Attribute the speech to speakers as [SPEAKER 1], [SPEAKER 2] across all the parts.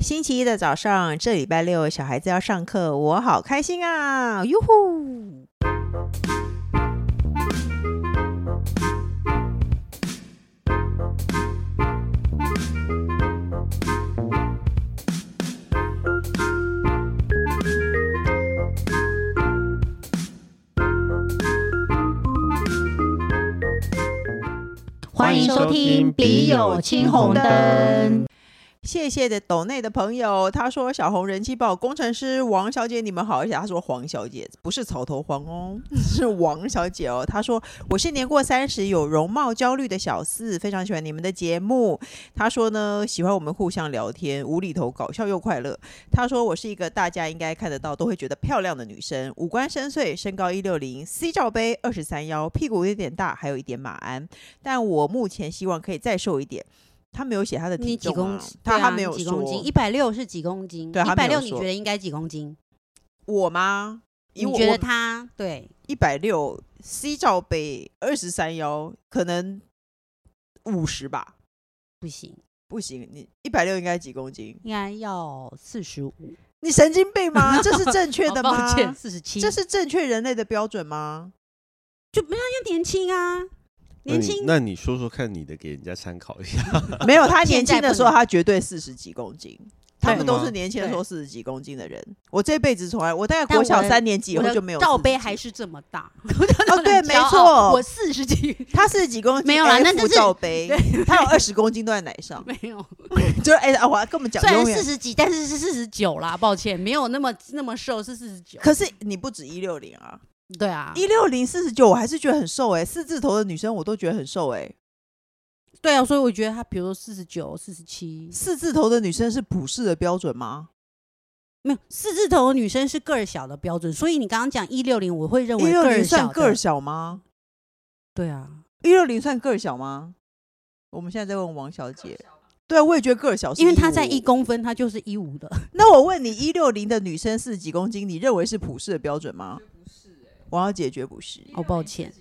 [SPEAKER 1] 星期一的早上，这礼拜六小孩子要上课，我好开心啊！哟呼！
[SPEAKER 2] 欢迎收听《笔友青红灯》。
[SPEAKER 1] 谢谢的抖内的朋友，他说小红人气爆，工程师王小姐你们好，而且他说黄小姐不是草头黄哦， 是王小姐哦。他说我是年过三十有容貌焦虑的小四，非常喜欢你们的节目。他说呢喜欢我们互相聊天，无厘头搞笑又快乐。他说我是一个大家应该看得到都会觉得漂亮的女生，五官深邃，身高一六零，C 罩杯二十三腰，屁股有点大，还有一点马鞍，但我目前希望可以再瘦一点。 他没有写他的体
[SPEAKER 2] 你几
[SPEAKER 1] 重、
[SPEAKER 2] 公
[SPEAKER 1] 啊，
[SPEAKER 2] 斤？
[SPEAKER 1] 他、
[SPEAKER 2] 对啊
[SPEAKER 1] 他没有
[SPEAKER 2] 几公斤，
[SPEAKER 1] 说
[SPEAKER 2] 一百六是几公斤？
[SPEAKER 1] 对
[SPEAKER 2] 一
[SPEAKER 1] 他
[SPEAKER 2] 百
[SPEAKER 1] 没
[SPEAKER 2] 六
[SPEAKER 1] 有
[SPEAKER 2] 你
[SPEAKER 1] 说
[SPEAKER 2] 觉得应该几公斤？
[SPEAKER 1] 我吗？以
[SPEAKER 2] 你
[SPEAKER 1] 我
[SPEAKER 2] 觉得他对
[SPEAKER 1] 一百六 C 罩杯二十三腰，可能五十吧，
[SPEAKER 2] 不行，
[SPEAKER 1] 不行，你一百六应该几公斤？
[SPEAKER 2] 应该要四十五。
[SPEAKER 1] 你神经病 吗？这是正确
[SPEAKER 2] 好
[SPEAKER 1] 的吗
[SPEAKER 2] 抱？歉，四十七。
[SPEAKER 1] 这是正确人类的标准吗？
[SPEAKER 2] 他年轻啊，
[SPEAKER 3] 那
[SPEAKER 2] 年
[SPEAKER 3] 你
[SPEAKER 2] 轻。
[SPEAKER 3] 那你说说看你的，给人家参考一下。
[SPEAKER 1] 没有，他
[SPEAKER 2] 现
[SPEAKER 1] 年
[SPEAKER 2] 在
[SPEAKER 1] 轻的
[SPEAKER 2] 不
[SPEAKER 1] 时候
[SPEAKER 2] 能
[SPEAKER 1] 他绝对四十几公斤，他
[SPEAKER 3] 真
[SPEAKER 1] 们
[SPEAKER 3] 的
[SPEAKER 1] 都
[SPEAKER 3] 吗
[SPEAKER 1] 是年轻的时候
[SPEAKER 2] 对
[SPEAKER 1] 四十几公斤的人。我这辈子从来，我大概
[SPEAKER 2] 但
[SPEAKER 1] 国
[SPEAKER 2] 我
[SPEAKER 1] 小
[SPEAKER 2] 的
[SPEAKER 1] 三年级以
[SPEAKER 2] 我
[SPEAKER 1] 后
[SPEAKER 2] 的
[SPEAKER 1] 就没有
[SPEAKER 2] 罩
[SPEAKER 1] 40
[SPEAKER 2] 杯
[SPEAKER 1] 几
[SPEAKER 2] 还是这么大，
[SPEAKER 1] 哦，对，
[SPEAKER 2] 很
[SPEAKER 1] 没
[SPEAKER 2] 骄傲
[SPEAKER 1] 错
[SPEAKER 2] 我，四十几，
[SPEAKER 1] 他四十几公斤，
[SPEAKER 2] 没有啦那这
[SPEAKER 1] F
[SPEAKER 2] 是
[SPEAKER 1] 罩杯
[SPEAKER 2] 对，
[SPEAKER 1] 他有二十公斤都在奶上，
[SPEAKER 2] 没有，
[SPEAKER 1] 就是哎、啊我跟我们讲
[SPEAKER 2] 虽然
[SPEAKER 1] 永远
[SPEAKER 2] 四十几，但是是四十九啦，抱歉，没有那么那么瘦，是四十九。
[SPEAKER 1] 可是你不止一六零啊，
[SPEAKER 2] 对啊，
[SPEAKER 1] 一六零四十九，我还是觉得很瘦哎、四字头的女生我都觉得很瘦哎、
[SPEAKER 2] 对啊，所以我觉得他，比如说四十九、四十七，
[SPEAKER 1] 四字头的女生是普世的标准吗？
[SPEAKER 2] 没有四字头的女生是个儿小的标准，所以你刚刚讲一六零，我会认
[SPEAKER 1] 一
[SPEAKER 2] 为
[SPEAKER 1] 六
[SPEAKER 2] 个儿
[SPEAKER 1] 零
[SPEAKER 2] 小
[SPEAKER 1] 算
[SPEAKER 2] 的
[SPEAKER 1] 个儿小吗？
[SPEAKER 2] 对啊，
[SPEAKER 1] 一六零算个儿小吗？我们现在在问王小姐。对啊，我也觉得个儿小是155，
[SPEAKER 2] 因为她在一公分，她就是一五的，
[SPEAKER 1] 那我问你，一六零的女生是几公斤？你认为是普世的标准吗？
[SPEAKER 2] 哎
[SPEAKER 1] 王小姐绝不是，
[SPEAKER 2] 哦，抱歉，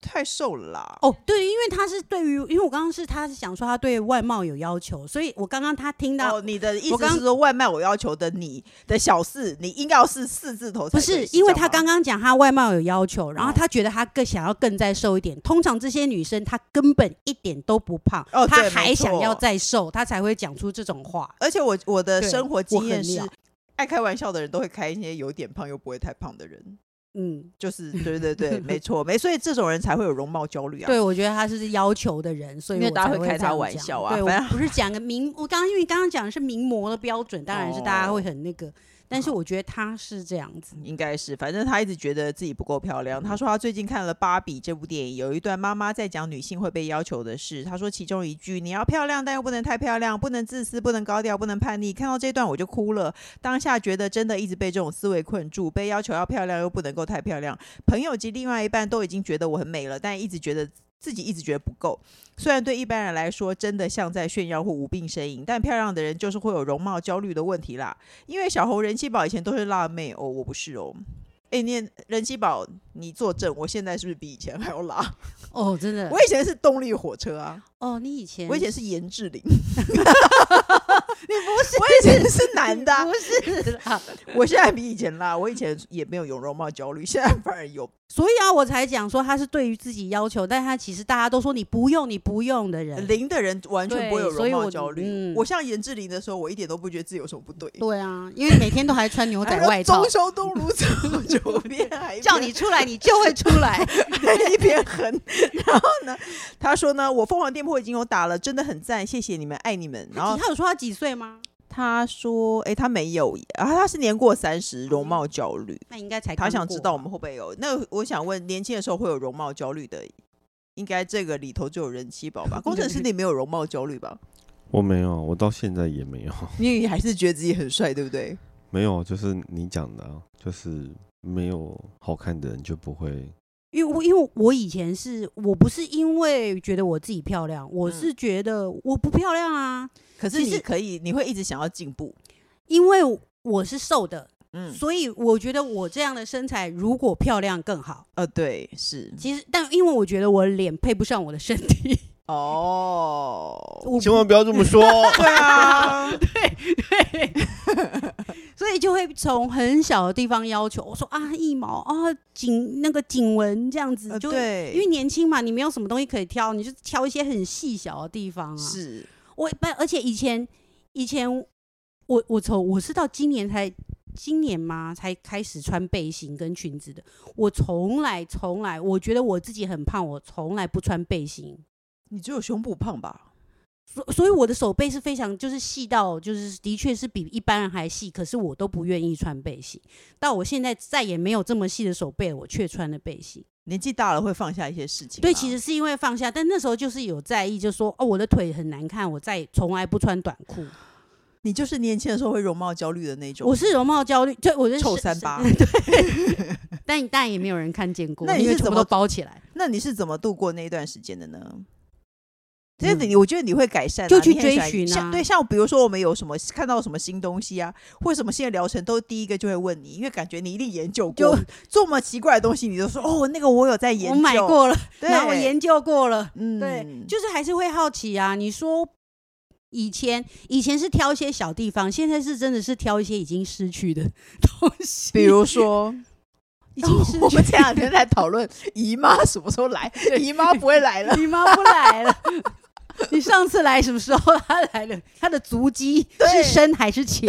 [SPEAKER 1] 太瘦了啦。
[SPEAKER 2] 哦，对，因为她是对于，因为我刚刚是她是想说她对外貌有要求，所以我刚刚她听到、
[SPEAKER 1] 哦，你的意
[SPEAKER 2] 我
[SPEAKER 1] 思
[SPEAKER 2] 刚
[SPEAKER 1] 是说外卖我要求的你的小四，你应该要是四字头才对，
[SPEAKER 2] 不是，
[SPEAKER 1] 这
[SPEAKER 2] 因为
[SPEAKER 1] 样
[SPEAKER 2] 她
[SPEAKER 1] 吗
[SPEAKER 2] 刚刚讲她外貌有要求，然后
[SPEAKER 1] 哦
[SPEAKER 2] 她觉得她更想要更再瘦一点。通常这些女生她根本一点都不胖，
[SPEAKER 1] 哦
[SPEAKER 2] 她
[SPEAKER 1] 对
[SPEAKER 2] 还
[SPEAKER 1] 没
[SPEAKER 2] 想要
[SPEAKER 1] 错
[SPEAKER 2] 再瘦，她才会讲出这种话。
[SPEAKER 1] 而且我我的
[SPEAKER 2] 对
[SPEAKER 1] 生活经验
[SPEAKER 2] 我
[SPEAKER 1] 是
[SPEAKER 2] 很了，
[SPEAKER 1] 爱开玩笑的人都会开一些有点胖又不会太胖的人，
[SPEAKER 2] 嗯，
[SPEAKER 1] 就是对对 对，没错没，所以这种人才会有容貌焦虑啊。
[SPEAKER 2] 对，我觉得他是要求的人，所以
[SPEAKER 1] 因为
[SPEAKER 2] 我
[SPEAKER 1] 大家
[SPEAKER 2] 才
[SPEAKER 1] 会开
[SPEAKER 2] 这
[SPEAKER 1] 他
[SPEAKER 2] 样
[SPEAKER 1] 玩
[SPEAKER 2] 讲
[SPEAKER 1] 笑啊
[SPEAKER 2] 对，
[SPEAKER 1] 反
[SPEAKER 2] 我
[SPEAKER 1] 正
[SPEAKER 2] 不是讲个名，我刚刚因为刚刚讲的是名模的标准，当然是大家会很那个，但是
[SPEAKER 1] 哦好
[SPEAKER 2] 我觉得他是这样 子。
[SPEAKER 1] 应该是，反正他一直觉得自己不够漂亮。他说他最近看了《芭比》这部电影，有一段妈妈在讲女性会被要求的事。他说其中一句：“你要漂亮，但又不能太漂亮，不能自私，不能高调，不能叛逆。”看到这段我就哭了，当下觉得真的一直被这种思维困住，被要求要漂亮又不能够太漂亮。朋友及另外一半都已经觉得我很美了，但一直觉得。自己一直觉得不够，虽然对一般人来说真的像在炫耀或无病呻吟，但漂亮的人就是会有容貌焦虑的问题啦。因为小红人气宝以前都是辣妹哦，我不是哦。哎、你也人气宝，你作证，我现在是不是比以前还要辣？
[SPEAKER 2] 哦，真的
[SPEAKER 1] 我，以前是动力火车啊，
[SPEAKER 2] 哦，你以前
[SPEAKER 1] 我以前是颜志玲，你不 是？ 我以前是男的啊、
[SPEAKER 2] 不是 啦，
[SPEAKER 1] 我现在比以前辣，我以前也没有有容貌焦虑，现在反而有。
[SPEAKER 2] 所以啊，我才讲说他是对于自己要求，但他其实大家都说你不用，你不用的人。
[SPEAKER 1] 零的人完全不会有
[SPEAKER 2] 对所
[SPEAKER 1] 容
[SPEAKER 2] 以我
[SPEAKER 1] 貌焦虑。
[SPEAKER 2] 嗯
[SPEAKER 1] 我像颜志玲的时候，我一点都不觉得自己有什么不对。
[SPEAKER 2] 对啊，因为每天都还穿牛仔
[SPEAKER 1] 他说
[SPEAKER 2] 外套
[SPEAKER 1] 中， 秋冬如早，九边还
[SPEAKER 2] 叫
[SPEAKER 1] 边
[SPEAKER 2] 你出 来你就会出来。
[SPEAKER 1] 一边横。然后呢，他说呢，我凤凰店铺已经有打了，真的很赞，谢谢你们，爱你们。然后
[SPEAKER 2] 他有说他几岁吗？
[SPEAKER 1] 他说，诶，他没有耶，啊，他是年过三十，容貌焦虑。
[SPEAKER 2] 那应该才
[SPEAKER 1] 他
[SPEAKER 2] 刚
[SPEAKER 1] 想
[SPEAKER 2] 过
[SPEAKER 1] 知道我
[SPEAKER 2] 吧
[SPEAKER 1] 们会不会有？那我想问，年轻的时候会有容貌焦虑的，应该这个里头就有人气宝吧？工程 师你没有容貌焦虑吧？
[SPEAKER 3] 我没有，我到现在也没有，
[SPEAKER 1] 你还是觉得自己很帅，对不对？
[SPEAKER 3] 没有，就是你讲的、啊，就是没有好看的人就不会。
[SPEAKER 2] 因为我因为我以前是我不是因为觉得我自己漂亮，
[SPEAKER 1] 嗯
[SPEAKER 2] 我是觉得我不漂亮啊，
[SPEAKER 1] 可是
[SPEAKER 2] 其实
[SPEAKER 1] 你可以，你会一直想要进步。
[SPEAKER 2] 因为我是瘦的，
[SPEAKER 1] 嗯，
[SPEAKER 2] 所以我觉得我这样的身材如果漂亮更好。
[SPEAKER 1] 呃，对，是
[SPEAKER 2] 其实，但因为我觉得我脸配不上我的身体，
[SPEAKER 1] 哦，
[SPEAKER 2] 我哦
[SPEAKER 3] 千万不要这么说，
[SPEAKER 1] 对啊，
[SPEAKER 2] 对 就会从很小的地方要求，我说啊，腋毛啊，颈那个颈纹这样子
[SPEAKER 1] 呃
[SPEAKER 2] 就，
[SPEAKER 1] 对，
[SPEAKER 2] 因为年轻嘛，你没有什么东西可以挑，你就挑一些很细小的地方啊。
[SPEAKER 1] 是
[SPEAKER 2] 我不，而且以前以前我我从我是到今年才今年嘛才开始穿背心跟裙子的。我从来从来，我觉得我自己很胖，我从来不穿背心，
[SPEAKER 1] 你只有胸部胖吧？
[SPEAKER 2] 所所以我的手背是非常就是细到就是的确是比一般人还细，可是我都不愿意穿背心。到我现在再也没有这么细的手背了，我却穿了背心。
[SPEAKER 1] 年纪大了会放下一些事情啦。
[SPEAKER 2] 对，其实是因为放下，但那时候就是有在意，就说哦，我的腿很难看，我再也从来不穿短裤。
[SPEAKER 1] 你就是年轻的时候会容貌焦虑的那种。
[SPEAKER 2] 我是容貌焦虑，对，我是嗯
[SPEAKER 1] 臭三八
[SPEAKER 2] 对， 但但也没有人看见过，
[SPEAKER 1] 那你
[SPEAKER 2] 因为
[SPEAKER 1] 是
[SPEAKER 2] 全
[SPEAKER 1] 怎
[SPEAKER 2] 部
[SPEAKER 1] 么
[SPEAKER 2] 都包起来，
[SPEAKER 1] 那你是怎么度过那一段时间的呢？这样子你，我觉得你会改善啊、
[SPEAKER 2] 嗯就去
[SPEAKER 1] 你很喜欢
[SPEAKER 2] 追寻啊
[SPEAKER 1] 像对，像比如说我们有什么看到什么新东西啊，或什么新的疗程，都第一个就会问你，因为感觉你一定研究过
[SPEAKER 2] 就
[SPEAKER 1] 这么奇怪的东西，你就说哦，那个我有在研
[SPEAKER 2] 我
[SPEAKER 1] 究，
[SPEAKER 2] 买，过了，
[SPEAKER 1] 对，
[SPEAKER 2] 然后我，研究过了，
[SPEAKER 1] 嗯
[SPEAKER 2] 对，就是还是会好奇啊。你说以前以前是挑一些小地方，现在是真的是挑一些已经失去的东西，
[SPEAKER 1] 比如说。
[SPEAKER 2] 已经失
[SPEAKER 1] 我
[SPEAKER 2] 去
[SPEAKER 1] 们。前两天在讨论姨妈什么时候 来，姨妈不会来了。
[SPEAKER 2] 你妈不来了。你上次来什么时候？她来了，她的足迹
[SPEAKER 1] 对
[SPEAKER 2] 是深还是浅？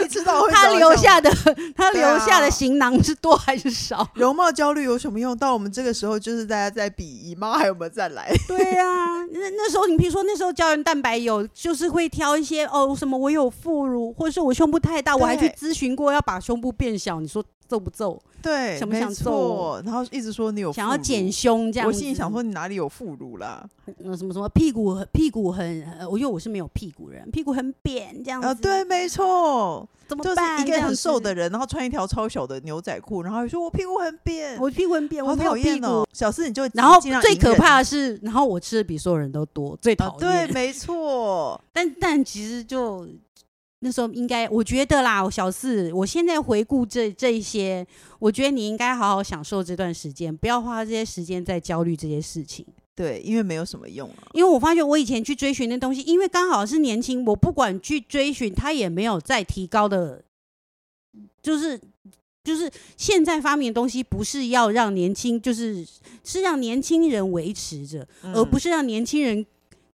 [SPEAKER 1] 你知道我会
[SPEAKER 2] 她
[SPEAKER 1] 着
[SPEAKER 2] 留
[SPEAKER 1] 想
[SPEAKER 2] 下的，她
[SPEAKER 1] 对啊
[SPEAKER 2] 留下的行囊是多还是少？
[SPEAKER 1] 容貌焦虑有什么用？到我们这个时候，就是大家在比姨妈还有没有再来。
[SPEAKER 2] 对啊，那那时候你譬如说那时候胶原蛋白有，就是会挑一些哦什么我有副乳，或者是我胸部太大，我还去
[SPEAKER 1] 对
[SPEAKER 2] 咨询过要把胸部变小，你说皱不皱？
[SPEAKER 1] 对，
[SPEAKER 2] 想不
[SPEAKER 1] 没
[SPEAKER 2] 想
[SPEAKER 1] 错
[SPEAKER 2] 揍我
[SPEAKER 1] 然后一直说你有
[SPEAKER 2] 想要
[SPEAKER 1] 副乳
[SPEAKER 2] 减胸这样
[SPEAKER 1] 我
[SPEAKER 2] 子
[SPEAKER 1] 心里想说，你哪里有副乳啦？
[SPEAKER 2] 呃什么什么屁股很屁股很，呃我因为我是没有屁股人，屁股很扁这样子，
[SPEAKER 1] 啊，对，没错，
[SPEAKER 2] 怎么
[SPEAKER 1] 就是
[SPEAKER 2] 办？
[SPEAKER 1] 一
[SPEAKER 2] 这
[SPEAKER 1] 个
[SPEAKER 2] 样
[SPEAKER 1] 很瘦
[SPEAKER 2] 子
[SPEAKER 1] 的人，然后穿一条超小的牛仔裤，然后还说我屁股很扁，
[SPEAKER 2] 我屁股很扁，我
[SPEAKER 1] 好
[SPEAKER 2] 没有
[SPEAKER 1] 讨
[SPEAKER 2] 屁
[SPEAKER 1] 厌
[SPEAKER 2] 股。
[SPEAKER 1] 哦。小四你就
[SPEAKER 2] 然后
[SPEAKER 1] 尽量
[SPEAKER 2] 最
[SPEAKER 1] 隐
[SPEAKER 2] 可
[SPEAKER 1] 忍
[SPEAKER 2] 怕的是，然后我吃的比所有人都多，最
[SPEAKER 1] 啊
[SPEAKER 2] 讨，
[SPEAKER 1] 对，
[SPEAKER 2] 厌。
[SPEAKER 1] 没错，
[SPEAKER 2] 但但其实就那时候应该，我觉得啦，小四，我现在回顾这这一些，我觉得你应该好好享受这段时间，不要花这些时间在焦虑这些事情。
[SPEAKER 1] 对，因为没有什么用啊。
[SPEAKER 2] 因为我发觉我以前去追寻的东西，因为刚好是年轻，我不管去追寻，它也没有再提高的，就是就是现在发明的东西，不是要让年轻，就是是让年轻人维持着，而不
[SPEAKER 1] 是
[SPEAKER 2] 是让年轻人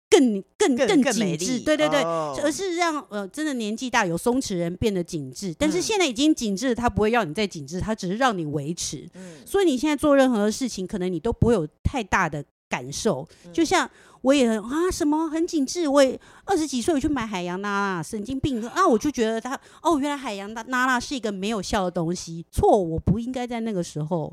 [SPEAKER 2] 更更
[SPEAKER 1] 嗯更
[SPEAKER 2] 紧
[SPEAKER 1] 美
[SPEAKER 2] 致，
[SPEAKER 1] 丽，
[SPEAKER 2] 对对对，
[SPEAKER 1] 哦
[SPEAKER 2] 而是让呃真的年纪大有松弛人变得紧致，但是
[SPEAKER 1] 嗯
[SPEAKER 2] 现在已经紧致了，它不会让你再紧致，它只是让你维持。
[SPEAKER 1] 嗯
[SPEAKER 2] 所以你现在做任何事情，可能你都不会有太大的感受。
[SPEAKER 1] 嗯
[SPEAKER 2] 就像我也很啊什么很紧致，我也二十几岁我去买海洋娜娜，神经病啊！我就觉得它哦，原来海洋娜娜娜是一个没有效的东西，错，我不应该在那个时候。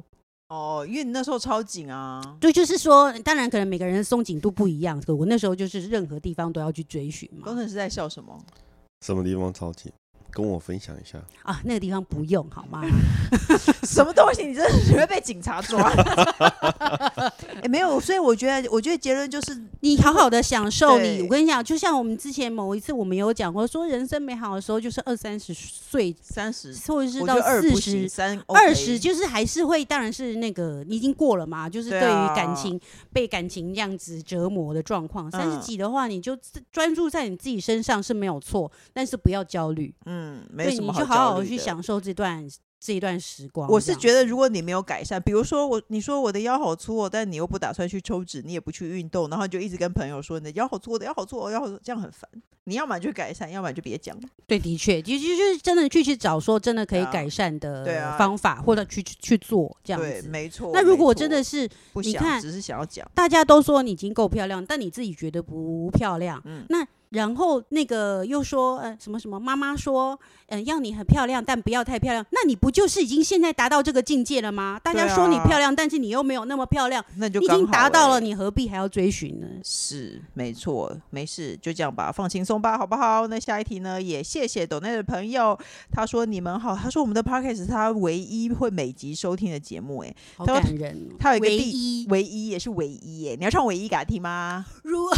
[SPEAKER 1] 哦，因为你那时候超紧啊，
[SPEAKER 2] 对，就是说，当然可能每个人的松紧度不一样，可我那时候就是任何地方都要去追寻
[SPEAKER 1] 工
[SPEAKER 2] 嘛。
[SPEAKER 1] 程师在笑什么？
[SPEAKER 3] 什么地方超级？跟我分享一下。
[SPEAKER 2] 啊，那个地方不用好吗？
[SPEAKER 1] 什么东西？你真的是会被警察抓？ 哎，没有，所以我觉得，我觉得结论就是
[SPEAKER 2] 你好好的享受你。
[SPEAKER 1] 对
[SPEAKER 2] 我跟你讲，就像我们之前某一次我们有讲过，说人生美好的时候就是二三十岁，
[SPEAKER 1] 三十
[SPEAKER 2] 或者是
[SPEAKER 1] 我觉
[SPEAKER 2] 到
[SPEAKER 1] 得二
[SPEAKER 2] 四
[SPEAKER 1] 不行，
[SPEAKER 2] 十。
[SPEAKER 1] 三
[SPEAKER 2] 二十
[SPEAKER 1] OK
[SPEAKER 2] 就是还是会，当然是那个你已经过了嘛，就是
[SPEAKER 1] 对
[SPEAKER 2] 对
[SPEAKER 1] 啊
[SPEAKER 2] 于感情、被感情这样子折磨的状况。三十
[SPEAKER 1] 嗯
[SPEAKER 2] 几的话，你就自专注在你自己身上是没有错，但是不要焦虑，
[SPEAKER 1] 嗯，没
[SPEAKER 2] 对，
[SPEAKER 1] 什
[SPEAKER 2] 你
[SPEAKER 1] 么
[SPEAKER 2] 就
[SPEAKER 1] 好
[SPEAKER 2] 好
[SPEAKER 1] 焦虑
[SPEAKER 2] 去
[SPEAKER 1] 的。
[SPEAKER 2] 享受这段这一段时光。
[SPEAKER 1] 我是
[SPEAKER 2] 得
[SPEAKER 1] 觉得，如果你没有改善，比如说我，你说我的腰好粗哦，但你又不打算去抽脂，你也不去运动，然后你就一直跟朋友说你的腰好粗，我的腰好粗，我哦的腰好粗，这样很烦。你要么就改善，要么就别讲。
[SPEAKER 2] 对，的确，就就就是真的去去找说真的可以
[SPEAKER 1] 对啊
[SPEAKER 2] 改善
[SPEAKER 1] 对啊
[SPEAKER 2] 的方法，或者去去去做这样
[SPEAKER 1] 对，
[SPEAKER 2] 子。
[SPEAKER 1] 没错。
[SPEAKER 2] 那如果
[SPEAKER 1] 没
[SPEAKER 2] 我
[SPEAKER 1] 错
[SPEAKER 2] 真的是
[SPEAKER 1] 不
[SPEAKER 2] 你
[SPEAKER 1] 想，
[SPEAKER 2] 看
[SPEAKER 1] 只是想要讲，
[SPEAKER 2] 大家都说你已经够漂亮，但你自己觉得不漂亮，
[SPEAKER 1] 嗯
[SPEAKER 2] 那然后那个又说呃什么什么，妈妈说嗯、呃要你很漂亮，但不要太漂亮，那你不就是已经现在达到这个境界了吗？大家
[SPEAKER 1] 对
[SPEAKER 2] 说你
[SPEAKER 1] 啊
[SPEAKER 2] 漂亮，但是你又没有那么漂亮，
[SPEAKER 1] 那就
[SPEAKER 2] 你已经
[SPEAKER 1] 刚好
[SPEAKER 2] 达
[SPEAKER 1] 欸
[SPEAKER 2] 到了，你何必还要追寻呢？
[SPEAKER 1] 是，没错，没事，就这样吧，放轻松吧，好不好？那下一题呢？也谢谢抖内的朋友，他说你们好，他说我们的 podcast 是他唯一会每集收听的节目，哎，
[SPEAKER 2] 好
[SPEAKER 1] 他有
[SPEAKER 2] 感人哦，
[SPEAKER 1] 他有一个
[SPEAKER 2] 唯
[SPEAKER 1] 地
[SPEAKER 2] 一
[SPEAKER 1] 唯一也是唯一耶，你要唱唯一给他听吗？
[SPEAKER 2] 如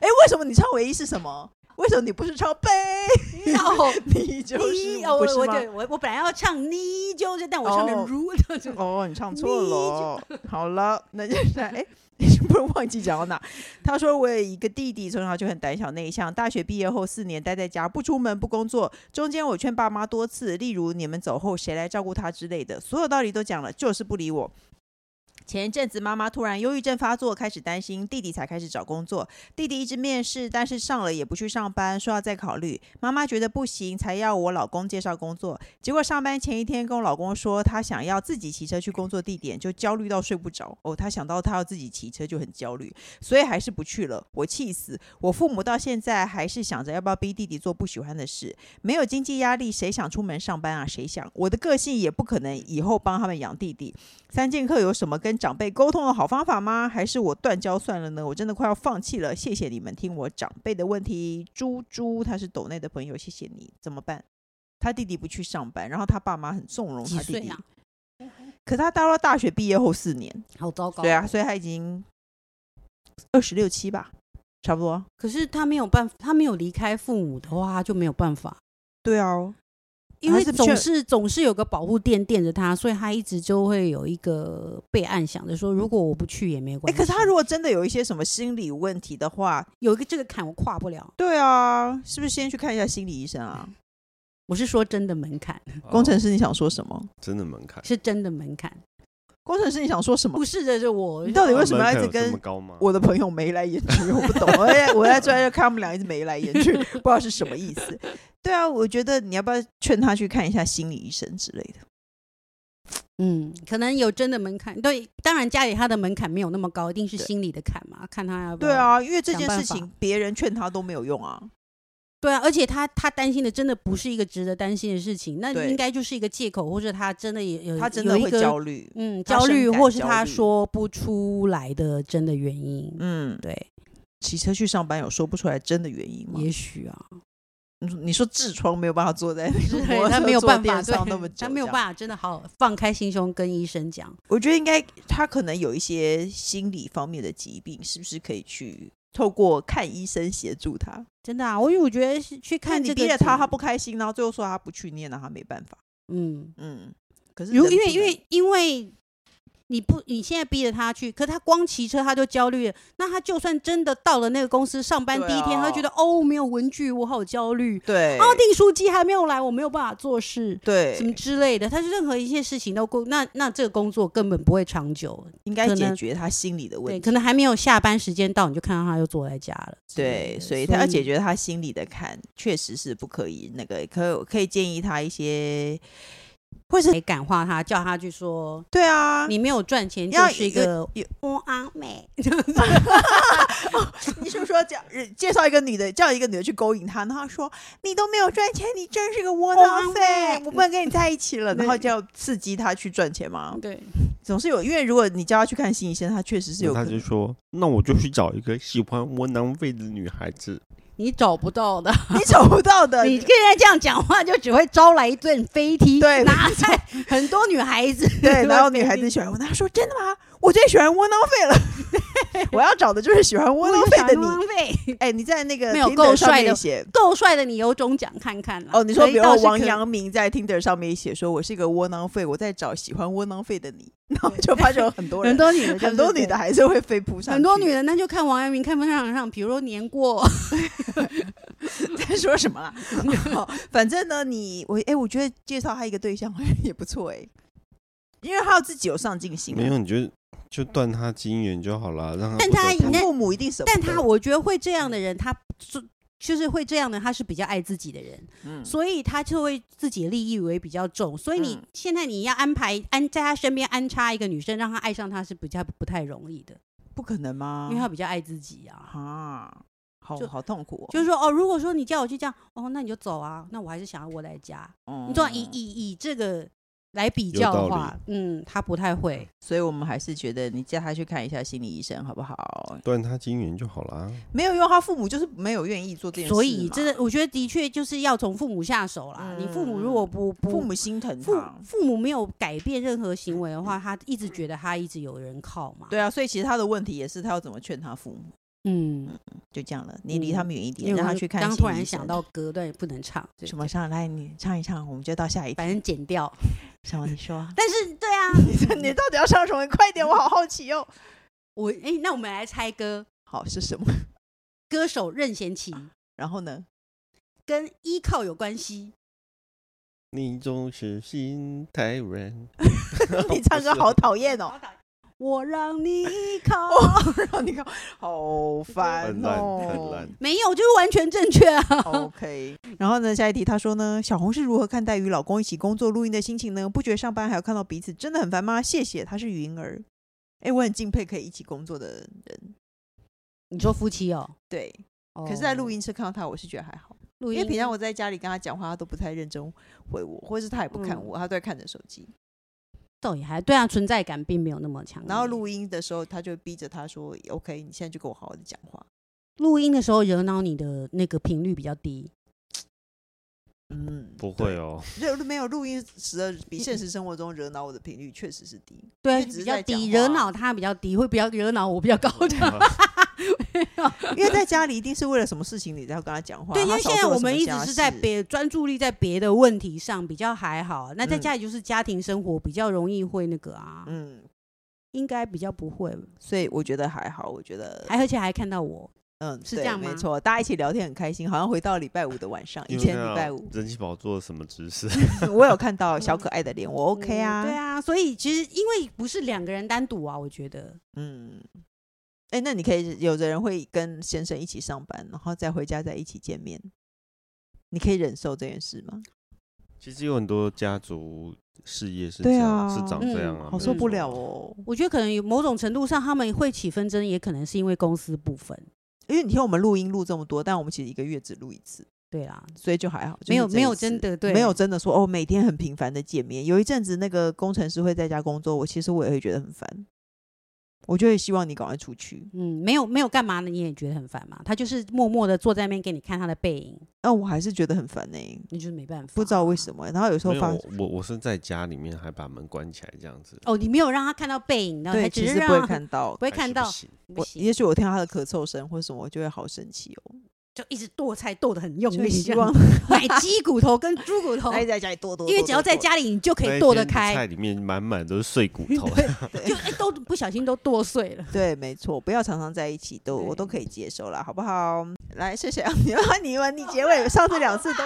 [SPEAKER 1] 哎，为什么你唱唯一是什么？为什么你不是唱悲？
[SPEAKER 2] 哦，
[SPEAKER 1] 你就是
[SPEAKER 2] 你哦，
[SPEAKER 1] 不是
[SPEAKER 2] 我我
[SPEAKER 1] 吗
[SPEAKER 2] 对我我本来要唱你就是，但我唱
[SPEAKER 1] 哦
[SPEAKER 2] 成如，
[SPEAKER 1] 哦，你唱错了 哦。好了，那就是 哎，你不能忘记讲到哪。他说我有一个弟弟，从小就很胆小内向，大学毕业后四年待在家，不出门不工作。中间我劝爸妈多次，例如你们走后谁来照顾他之类的，所有道理都讲了，就是不理我。前一阵子，妈妈突然忧郁症发作，开始担心弟弟，才开始找工作。弟弟一直面试，但是上了也不去上班，说要再考虑。妈妈觉得不行，才要我老公介绍工作。结果上班前一天跟我老公说，他想要自己骑车去工作地点，就焦虑到睡不着。哦，他想到他要自己骑车就很焦虑，所以还是不去了。我气死！我父母到现在还是想着要不要逼弟弟做不喜欢的事。没有经济压力，谁想出门上班啊？谁想？我的个性也不可能以后帮他们养弟弟。三剑客有什么跟长辈沟通的好方法吗？还是我断交算了呢？我真的快要放弃了。谢谢你们听我长辈的问题。猪猪他是抖内的朋友，谢谢你。怎么办？他弟弟不去上班，然后他爸妈很纵容
[SPEAKER 2] 几
[SPEAKER 1] 他弟
[SPEAKER 2] 岁
[SPEAKER 1] 弟。
[SPEAKER 2] 啊？
[SPEAKER 1] 可他到了大学毕业后四年，
[SPEAKER 2] 好糟糕。
[SPEAKER 1] 对啊，，所以他已经二十六七吧，差不多。
[SPEAKER 2] 可是他没有办法，他没有离开父母的话，他就没有办法，
[SPEAKER 1] 对啊，
[SPEAKER 2] 因为
[SPEAKER 1] 还是
[SPEAKER 2] 总
[SPEAKER 1] 劝
[SPEAKER 2] 是总是有个保护垫垫着他，所以他一直就会有一个备案，想着说，如果我不去也没
[SPEAKER 1] 哎、
[SPEAKER 2] 关系。
[SPEAKER 1] 可是他如果真的有一些什么心理问题的话，
[SPEAKER 2] 有一个这个坎我跨不了，
[SPEAKER 1] 对啊，是不是先去看一下心理医生啊？
[SPEAKER 2] 我是说真的门槛，
[SPEAKER 1] 工程
[SPEAKER 3] 哦
[SPEAKER 1] 师，你想说什么？
[SPEAKER 3] 真的门槛，
[SPEAKER 2] 是真的门槛，
[SPEAKER 1] 工程师，你想说什么？
[SPEAKER 2] 不是的是我
[SPEAKER 1] 你到底为
[SPEAKER 3] 门
[SPEAKER 1] 什么要一
[SPEAKER 3] 槛
[SPEAKER 1] 直
[SPEAKER 3] 有这
[SPEAKER 1] 跟
[SPEAKER 3] 么高吗？
[SPEAKER 1] 我的朋友眉来眼去，我不懂。我在我在坐在这看他们俩一直眉来眼去，不知道是什么意思。 对啊，我觉得你要不要劝他去看一下心理医生之类的？
[SPEAKER 2] 嗯，可能有真的门槛，对，当然家里他的门槛没有那么高，一定是心理的坎嘛，看他要不要
[SPEAKER 1] 对，啊，因为这
[SPEAKER 2] 想
[SPEAKER 1] 件
[SPEAKER 2] 办
[SPEAKER 1] 事
[SPEAKER 2] 法
[SPEAKER 1] 情别人劝他都没有用啊。
[SPEAKER 2] 对啊，而且他他担心的真的不是一个值得担心的事情，那
[SPEAKER 1] 对
[SPEAKER 2] 应该就是一个借口，或者他真的也有
[SPEAKER 1] 他真
[SPEAKER 2] 有
[SPEAKER 1] 的
[SPEAKER 2] 一
[SPEAKER 1] 会
[SPEAKER 2] 个
[SPEAKER 1] 焦虑。
[SPEAKER 2] 嗯，
[SPEAKER 1] 他
[SPEAKER 2] 焦
[SPEAKER 1] 深
[SPEAKER 2] 虑，
[SPEAKER 1] 感
[SPEAKER 2] 或是
[SPEAKER 1] 焦
[SPEAKER 2] 他
[SPEAKER 1] 虑
[SPEAKER 2] 说不出来的真的原因。
[SPEAKER 1] 嗯，
[SPEAKER 2] 对，
[SPEAKER 1] 骑车去上班有说不出来真的原因吗？
[SPEAKER 2] 也许 啊，
[SPEAKER 1] 你说你说痔疮没有办法坐在那个摩
[SPEAKER 2] 对他
[SPEAKER 1] 托
[SPEAKER 2] 没有
[SPEAKER 1] 坐
[SPEAKER 2] 办
[SPEAKER 1] 垫
[SPEAKER 2] 法，
[SPEAKER 1] 上那么
[SPEAKER 2] 对，
[SPEAKER 1] 久，
[SPEAKER 2] 他没有
[SPEAKER 1] 法。
[SPEAKER 2] 办法，真的好放开心胸跟医生讲。
[SPEAKER 1] 我觉得应该他可能有一些心理方面的疾病，是不是可以去透过看医生协助他？
[SPEAKER 2] 真的啊，我因为我觉得是去
[SPEAKER 1] 看
[SPEAKER 2] 看
[SPEAKER 1] 你
[SPEAKER 2] 这
[SPEAKER 1] 逼
[SPEAKER 2] 个
[SPEAKER 1] 着他，
[SPEAKER 2] 诊
[SPEAKER 1] 他不，开心，然后最后说他不去，你也拿他没办法。
[SPEAKER 2] 嗯，
[SPEAKER 1] 嗯，可是
[SPEAKER 2] 如
[SPEAKER 1] 人啊
[SPEAKER 2] 因
[SPEAKER 1] 不
[SPEAKER 2] 为因
[SPEAKER 1] 能
[SPEAKER 2] 为因为你不你现在逼着他去，可他光骑车他就焦虑了。那他就算真的到了那个公司上班
[SPEAKER 1] 对
[SPEAKER 2] 第一天，
[SPEAKER 1] 啊
[SPEAKER 2] 他觉得哦没有文具，我好焦虑。
[SPEAKER 1] 对
[SPEAKER 2] 哦，订书机还没有来，我没有办法做事。什么
[SPEAKER 1] 对，
[SPEAKER 2] 之类的，他是任何一件事情都够，那那这个工作根本不会长久，
[SPEAKER 1] 应该
[SPEAKER 2] 可
[SPEAKER 1] 解
[SPEAKER 2] 能
[SPEAKER 1] 决他心理的问
[SPEAKER 2] 对，
[SPEAKER 1] 题。
[SPEAKER 2] 可能还没有下班时间到，你就看到他又坐在家了之类
[SPEAKER 1] 对，
[SPEAKER 2] 的，
[SPEAKER 1] 所以他要解决他心里的坎，确实是不可以那个，可可以建议他一些，或是
[SPEAKER 2] 得感化他，叫他去说。
[SPEAKER 1] 对啊，
[SPEAKER 2] 你没有赚钱就
[SPEAKER 1] 要
[SPEAKER 2] 是一
[SPEAKER 1] 有
[SPEAKER 2] 个
[SPEAKER 1] 有
[SPEAKER 2] 窝阿美，
[SPEAKER 1] 你是不是说叫呃介绍一个女的，叫一个女的去勾引他，然后他说你都没有赚钱，你真是个窝囊废，我不能跟你在一起了，然后就要刺激他去赚钱嘛。
[SPEAKER 2] 对，
[SPEAKER 1] 总是有，因为如果你叫他去看心理医生，他确实是有
[SPEAKER 3] 那
[SPEAKER 1] 可
[SPEAKER 3] 他就
[SPEAKER 1] 能。
[SPEAKER 3] 说，那我就去找一个喜欢窝囊废的女孩子。
[SPEAKER 2] 你找不到的，
[SPEAKER 1] 你找不到 的，
[SPEAKER 2] 你跟人家这样讲话，就只会招来一顿飞踢。
[SPEAKER 1] 对
[SPEAKER 2] 哪在很多女孩子
[SPEAKER 1] 对，然后女孩子喜欢我，他说真的吗？我最喜欢窝囊废了， 我要找的就是喜欢窝
[SPEAKER 2] 我
[SPEAKER 1] 囊
[SPEAKER 2] 就
[SPEAKER 1] 废
[SPEAKER 2] 想
[SPEAKER 1] 的
[SPEAKER 2] 窝囊
[SPEAKER 1] 你。
[SPEAKER 2] 废，
[SPEAKER 1] 哎，你在那个
[SPEAKER 2] 没有
[SPEAKER 1] Tinder
[SPEAKER 2] 够
[SPEAKER 1] 上
[SPEAKER 2] 帅
[SPEAKER 1] 面
[SPEAKER 2] 的
[SPEAKER 1] 写。
[SPEAKER 2] 够帅的你有种讲看看啦
[SPEAKER 1] 哦，你说
[SPEAKER 2] 可以
[SPEAKER 1] 比如
[SPEAKER 2] 倒
[SPEAKER 1] 说
[SPEAKER 2] 是
[SPEAKER 1] 王
[SPEAKER 2] 可以
[SPEAKER 1] 阳明在 Tinder 上面写说我是一个窝囊废，我在找喜欢窝囊废的你，然后就发现有很多人
[SPEAKER 2] 很多女的就是
[SPEAKER 1] 很多女
[SPEAKER 2] 这
[SPEAKER 1] 的
[SPEAKER 2] 样，
[SPEAKER 1] 还是会飞扑上去。
[SPEAKER 2] 很 多女的那就看王阳明看不上上，比如说年过，
[SPEAKER 1] 在说什么 啦？好反正呢，你我哎、我觉得介绍他一个对象 好像也不错哎、因为他自己有上进心、啊
[SPEAKER 3] 没有，，你就就断他金源就好了，让他
[SPEAKER 2] 但
[SPEAKER 3] 不
[SPEAKER 2] 他
[SPEAKER 3] 得不
[SPEAKER 2] 应该
[SPEAKER 1] 父母一定舍不
[SPEAKER 2] 但
[SPEAKER 1] 得。
[SPEAKER 2] 他我觉得会这
[SPEAKER 1] 嗯
[SPEAKER 2] 样的人，他就就是会这样的，他是比较爱自己的人，
[SPEAKER 1] 嗯
[SPEAKER 2] 所以他就会自己的利益为比较重。所以你
[SPEAKER 1] 嗯
[SPEAKER 2] 现在你要安排安在他身边安插一个女生，让他爱上他是比较不太容易的，
[SPEAKER 1] 不可能吗？
[SPEAKER 2] 因为他比较爱自己啊。
[SPEAKER 1] 啊，好
[SPEAKER 2] 就
[SPEAKER 1] 好痛苦、哦。
[SPEAKER 2] 就是说，哦，如果说你叫我去这样，哦，那你就走啊，那我还是想要窝在家。
[SPEAKER 1] 嗯
[SPEAKER 2] 你知道，以以以这个来比
[SPEAKER 3] 有
[SPEAKER 2] 较
[SPEAKER 3] 道
[SPEAKER 2] 的
[SPEAKER 3] 理
[SPEAKER 2] 话，嗯，他不太会。
[SPEAKER 1] 所以我们还是觉得你叫他去看一下心理医生好不好？
[SPEAKER 3] 断他金源就好了。
[SPEAKER 1] 没有用，他父母就是没有愿意做这件事嘛。
[SPEAKER 2] 所以，真的，我觉得的确就是要从父母下手啦。你父母如果
[SPEAKER 1] 嗯
[SPEAKER 2] 不不
[SPEAKER 1] 父母心疼
[SPEAKER 2] 父
[SPEAKER 1] 他。
[SPEAKER 2] 父母没有改变任何行为的话，他一直觉得他一直有人靠嘛。
[SPEAKER 1] 对啊，所以其实他的问题也是他要怎么劝他父母。
[SPEAKER 2] 嗯，
[SPEAKER 1] 就这样了。你离他们远一
[SPEAKER 2] 因
[SPEAKER 1] 点，
[SPEAKER 2] 为
[SPEAKER 1] 让
[SPEAKER 2] 我
[SPEAKER 1] 他
[SPEAKER 2] 就
[SPEAKER 1] 去看心
[SPEAKER 2] 刚
[SPEAKER 1] 理医生。
[SPEAKER 2] 突然想到歌，对，不能唱，对
[SPEAKER 1] 什么上来你唱一唱，我们就到下一题。
[SPEAKER 2] 反正剪 掉。
[SPEAKER 1] 什
[SPEAKER 3] 嗯
[SPEAKER 1] 么？你说
[SPEAKER 2] 但是对啊，
[SPEAKER 1] 你到底要唱什么？你快点，我好好奇哦。
[SPEAKER 2] 我哎、那我们来猜歌，
[SPEAKER 1] 好是什么？
[SPEAKER 2] 歌手任贤齐
[SPEAKER 1] 然后呢？
[SPEAKER 2] 跟依靠有关系。
[SPEAKER 3] 你总是心太软。
[SPEAKER 1] 你唱歌好讨厌 哦，
[SPEAKER 2] 我让你依 靠，
[SPEAKER 1] 让你看，好烦
[SPEAKER 3] 很烂，很
[SPEAKER 1] 哦。
[SPEAKER 3] 烂。
[SPEAKER 2] 没有，就是完全正确啊。
[SPEAKER 1] OK，然后呢？下一题，他说呢，小红是如何看待与老公一起工作录音的心情呢？不觉得上班还有看到彼此真的很烦吗？谢谢，他是语音儿。哎，我很敬佩可以一起工作的人。
[SPEAKER 2] 你说夫妻哦，
[SPEAKER 1] 对，可是，
[SPEAKER 3] 哦
[SPEAKER 1] 在录音室看到他，我是觉得还好，
[SPEAKER 2] 录
[SPEAKER 1] 因
[SPEAKER 2] 音，
[SPEAKER 1] 为平常我在家里跟他讲话，他都不太认真回我，或是他也不看
[SPEAKER 2] 嗯
[SPEAKER 1] 我，他都在看着手机。
[SPEAKER 2] 倒也还对啊，存在感并没有那么强烈。
[SPEAKER 1] 然后录音的时候，他就逼着他说：“OK，你现在就跟我好好的讲话。
[SPEAKER 2] 录音的时候惹恼你的那个频率比较低，”
[SPEAKER 1] 嗯，
[SPEAKER 3] 不会哦，
[SPEAKER 1] 就没有录音时的比现实生活中惹恼我的频率确实是低。 因
[SPEAKER 2] 对，
[SPEAKER 1] 为只
[SPEAKER 2] 比
[SPEAKER 1] 是
[SPEAKER 2] 较
[SPEAKER 1] 在讲
[SPEAKER 2] 低，
[SPEAKER 1] 话
[SPEAKER 2] 惹恼他比较低，会比较惹恼我比较 高的。
[SPEAKER 1] 因为在家里一定是为了什么事情你才要跟他讲话。
[SPEAKER 2] 对，因为
[SPEAKER 1] 他少
[SPEAKER 2] 现在
[SPEAKER 1] 做了
[SPEAKER 2] 我
[SPEAKER 1] 什
[SPEAKER 2] 们
[SPEAKER 1] 么
[SPEAKER 2] 一
[SPEAKER 1] 家
[SPEAKER 2] 直是在
[SPEAKER 1] 事
[SPEAKER 2] 别专注力在别的问题上，比较还好。那在
[SPEAKER 1] 嗯
[SPEAKER 2] 家里就是家庭生活比较容易会那个啊，
[SPEAKER 1] 嗯，
[SPEAKER 2] 应该比较不会，
[SPEAKER 1] 所以我觉得还好，我觉得
[SPEAKER 2] 还而且还看到我，
[SPEAKER 1] 嗯
[SPEAKER 2] 是
[SPEAKER 1] 对
[SPEAKER 2] 这样
[SPEAKER 1] 没
[SPEAKER 2] 吗
[SPEAKER 1] 错，大家一起聊天很开心，好像回到礼拜五的晚上，以
[SPEAKER 3] 因为
[SPEAKER 1] 前
[SPEAKER 3] 看
[SPEAKER 1] 礼
[SPEAKER 3] 到
[SPEAKER 1] 拜五
[SPEAKER 3] 人气宝做了什么姿势？
[SPEAKER 1] 我有看到小可爱的脸，我 OK
[SPEAKER 2] 嗯
[SPEAKER 1] 啊，
[SPEAKER 2] 对，啊，所以其实因为不是两个人单独啊，我觉得
[SPEAKER 1] 嗯。哎，那你可以，有的人会跟先生一起上班，然后再回家再一起见面，你可以忍受这件事吗？
[SPEAKER 3] 其实有很多家族事业是这
[SPEAKER 1] 对
[SPEAKER 3] 样，
[SPEAKER 1] 啊
[SPEAKER 3] 是长这
[SPEAKER 2] 嗯
[SPEAKER 3] 样啊，
[SPEAKER 1] 好
[SPEAKER 3] 没
[SPEAKER 1] 受不
[SPEAKER 3] 错
[SPEAKER 1] 了。哦，
[SPEAKER 2] 我觉得可能有某种程度上他们会起纷争，也可能是因为公司部分。
[SPEAKER 1] 因为你听我们录音录这么多，但我们其实一个月只录一次，
[SPEAKER 2] 对啦，
[SPEAKER 1] 所以就还好，就是
[SPEAKER 2] 没有
[SPEAKER 1] 这
[SPEAKER 2] 没
[SPEAKER 1] 一
[SPEAKER 2] 有
[SPEAKER 1] 次
[SPEAKER 2] 真的对，
[SPEAKER 1] 没有真的说哦，每天很频繁的见面。有一阵子那个工程师会在家工作，我其实我也会觉得很烦，我就会希望你赶快出去。
[SPEAKER 2] 嗯，没有没有干嘛呢？你也觉得很烦嘛？他就是默默的坐在那边给你看他的背影，
[SPEAKER 1] 但我还是觉得很烦呢、
[SPEAKER 2] 你就是没办法，
[SPEAKER 1] 不知道为
[SPEAKER 2] 么。
[SPEAKER 1] 什么。然后有时候
[SPEAKER 3] 没有，
[SPEAKER 2] 哦
[SPEAKER 1] 发，
[SPEAKER 3] 我我我是在家里面还把门关起来这样子，
[SPEAKER 2] 哦，你没有让他看到背影，然后
[SPEAKER 1] 对，
[SPEAKER 2] 他
[SPEAKER 1] 其
[SPEAKER 2] 只是
[SPEAKER 1] 实
[SPEAKER 2] 让
[SPEAKER 1] 不会
[SPEAKER 2] 他
[SPEAKER 1] 看到
[SPEAKER 2] 不。会
[SPEAKER 3] 还
[SPEAKER 2] 看
[SPEAKER 3] 是不
[SPEAKER 2] 到，
[SPEAKER 3] 行
[SPEAKER 2] 不
[SPEAKER 1] 我
[SPEAKER 2] 行
[SPEAKER 1] 也许我听到他的咳嗽声或什么，我就会好生气 哦。
[SPEAKER 2] 就一直剁菜剁的很用
[SPEAKER 1] 就
[SPEAKER 2] 力，
[SPEAKER 1] 希
[SPEAKER 2] 这样买鸡骨头跟猪骨头，
[SPEAKER 1] 他一直在家里剁剁，
[SPEAKER 2] 因为
[SPEAKER 1] 剁
[SPEAKER 2] 只要在，家里你就可
[SPEAKER 3] 那
[SPEAKER 2] 以
[SPEAKER 3] 一
[SPEAKER 2] 剁得
[SPEAKER 3] 天的菜
[SPEAKER 2] 开，
[SPEAKER 3] 里面满满都是碎骨头，
[SPEAKER 1] 剁剁对
[SPEAKER 2] 就哎都不小心都 剁碎了。
[SPEAKER 1] 对，没错，不要常常在一起，都我
[SPEAKER 2] 对
[SPEAKER 1] 都可以接受了，好不好？来，谢谢啊你，你们你结尾上次两 次都，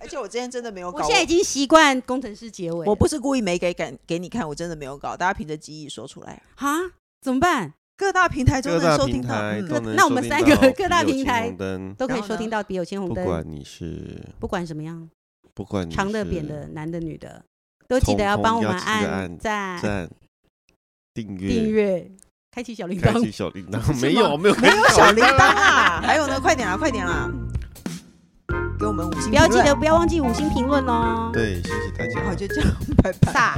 [SPEAKER 1] 而且我今天真的没有搞
[SPEAKER 2] 我
[SPEAKER 1] 我。
[SPEAKER 2] 现在已经习惯工程师结尾了，
[SPEAKER 1] 我不是故意没给感给你看，我真的没有搞，大家凭着记忆说出来。
[SPEAKER 2] 哈怎么办？
[SPEAKER 1] 各大平台都
[SPEAKER 3] 各
[SPEAKER 1] 能
[SPEAKER 3] 大
[SPEAKER 1] 收
[SPEAKER 3] 平
[SPEAKER 1] 听到，
[SPEAKER 3] 台
[SPEAKER 1] 嗯
[SPEAKER 3] 都能
[SPEAKER 2] 那我们
[SPEAKER 3] 收
[SPEAKER 2] 三
[SPEAKER 3] 听
[SPEAKER 2] 个
[SPEAKER 3] 到
[SPEAKER 2] 各大
[SPEAKER 3] 有
[SPEAKER 2] 平
[SPEAKER 3] 青
[SPEAKER 2] 台
[SPEAKER 3] 红灯
[SPEAKER 2] 都可以
[SPEAKER 1] 然后
[SPEAKER 2] 收听
[SPEAKER 1] 呢
[SPEAKER 2] 到《笔有青红
[SPEAKER 3] 不
[SPEAKER 2] 灯》，
[SPEAKER 3] 管你是
[SPEAKER 2] 不管什么样，
[SPEAKER 3] 不管你
[SPEAKER 2] 长的、
[SPEAKER 3] 是
[SPEAKER 2] 扁的、男的、女的，都记
[SPEAKER 3] 通
[SPEAKER 2] 得要
[SPEAKER 3] 通
[SPEAKER 2] 帮我
[SPEAKER 3] 要
[SPEAKER 2] 们
[SPEAKER 3] 记得
[SPEAKER 2] 按
[SPEAKER 3] 按
[SPEAKER 2] 赞、
[SPEAKER 3] 赞、订阅、
[SPEAKER 2] 啊订阅、开启小铃
[SPEAKER 3] 开
[SPEAKER 2] 铛。
[SPEAKER 3] 启小铃铛，
[SPEAKER 2] 是
[SPEAKER 3] 没
[SPEAKER 2] 吗
[SPEAKER 3] 有没有
[SPEAKER 1] 没有
[SPEAKER 3] 开启
[SPEAKER 1] 小铃铛啊！还有呢，快点啦，快点啦，
[SPEAKER 3] 嗯
[SPEAKER 1] 给我们五星
[SPEAKER 2] 不要
[SPEAKER 1] 评
[SPEAKER 2] 记
[SPEAKER 1] 论
[SPEAKER 2] 得，不要忘记五星评论哦。
[SPEAKER 3] 对，谢谢大 家
[SPEAKER 1] 好，。就这样，拜拜。
[SPEAKER 2] 撒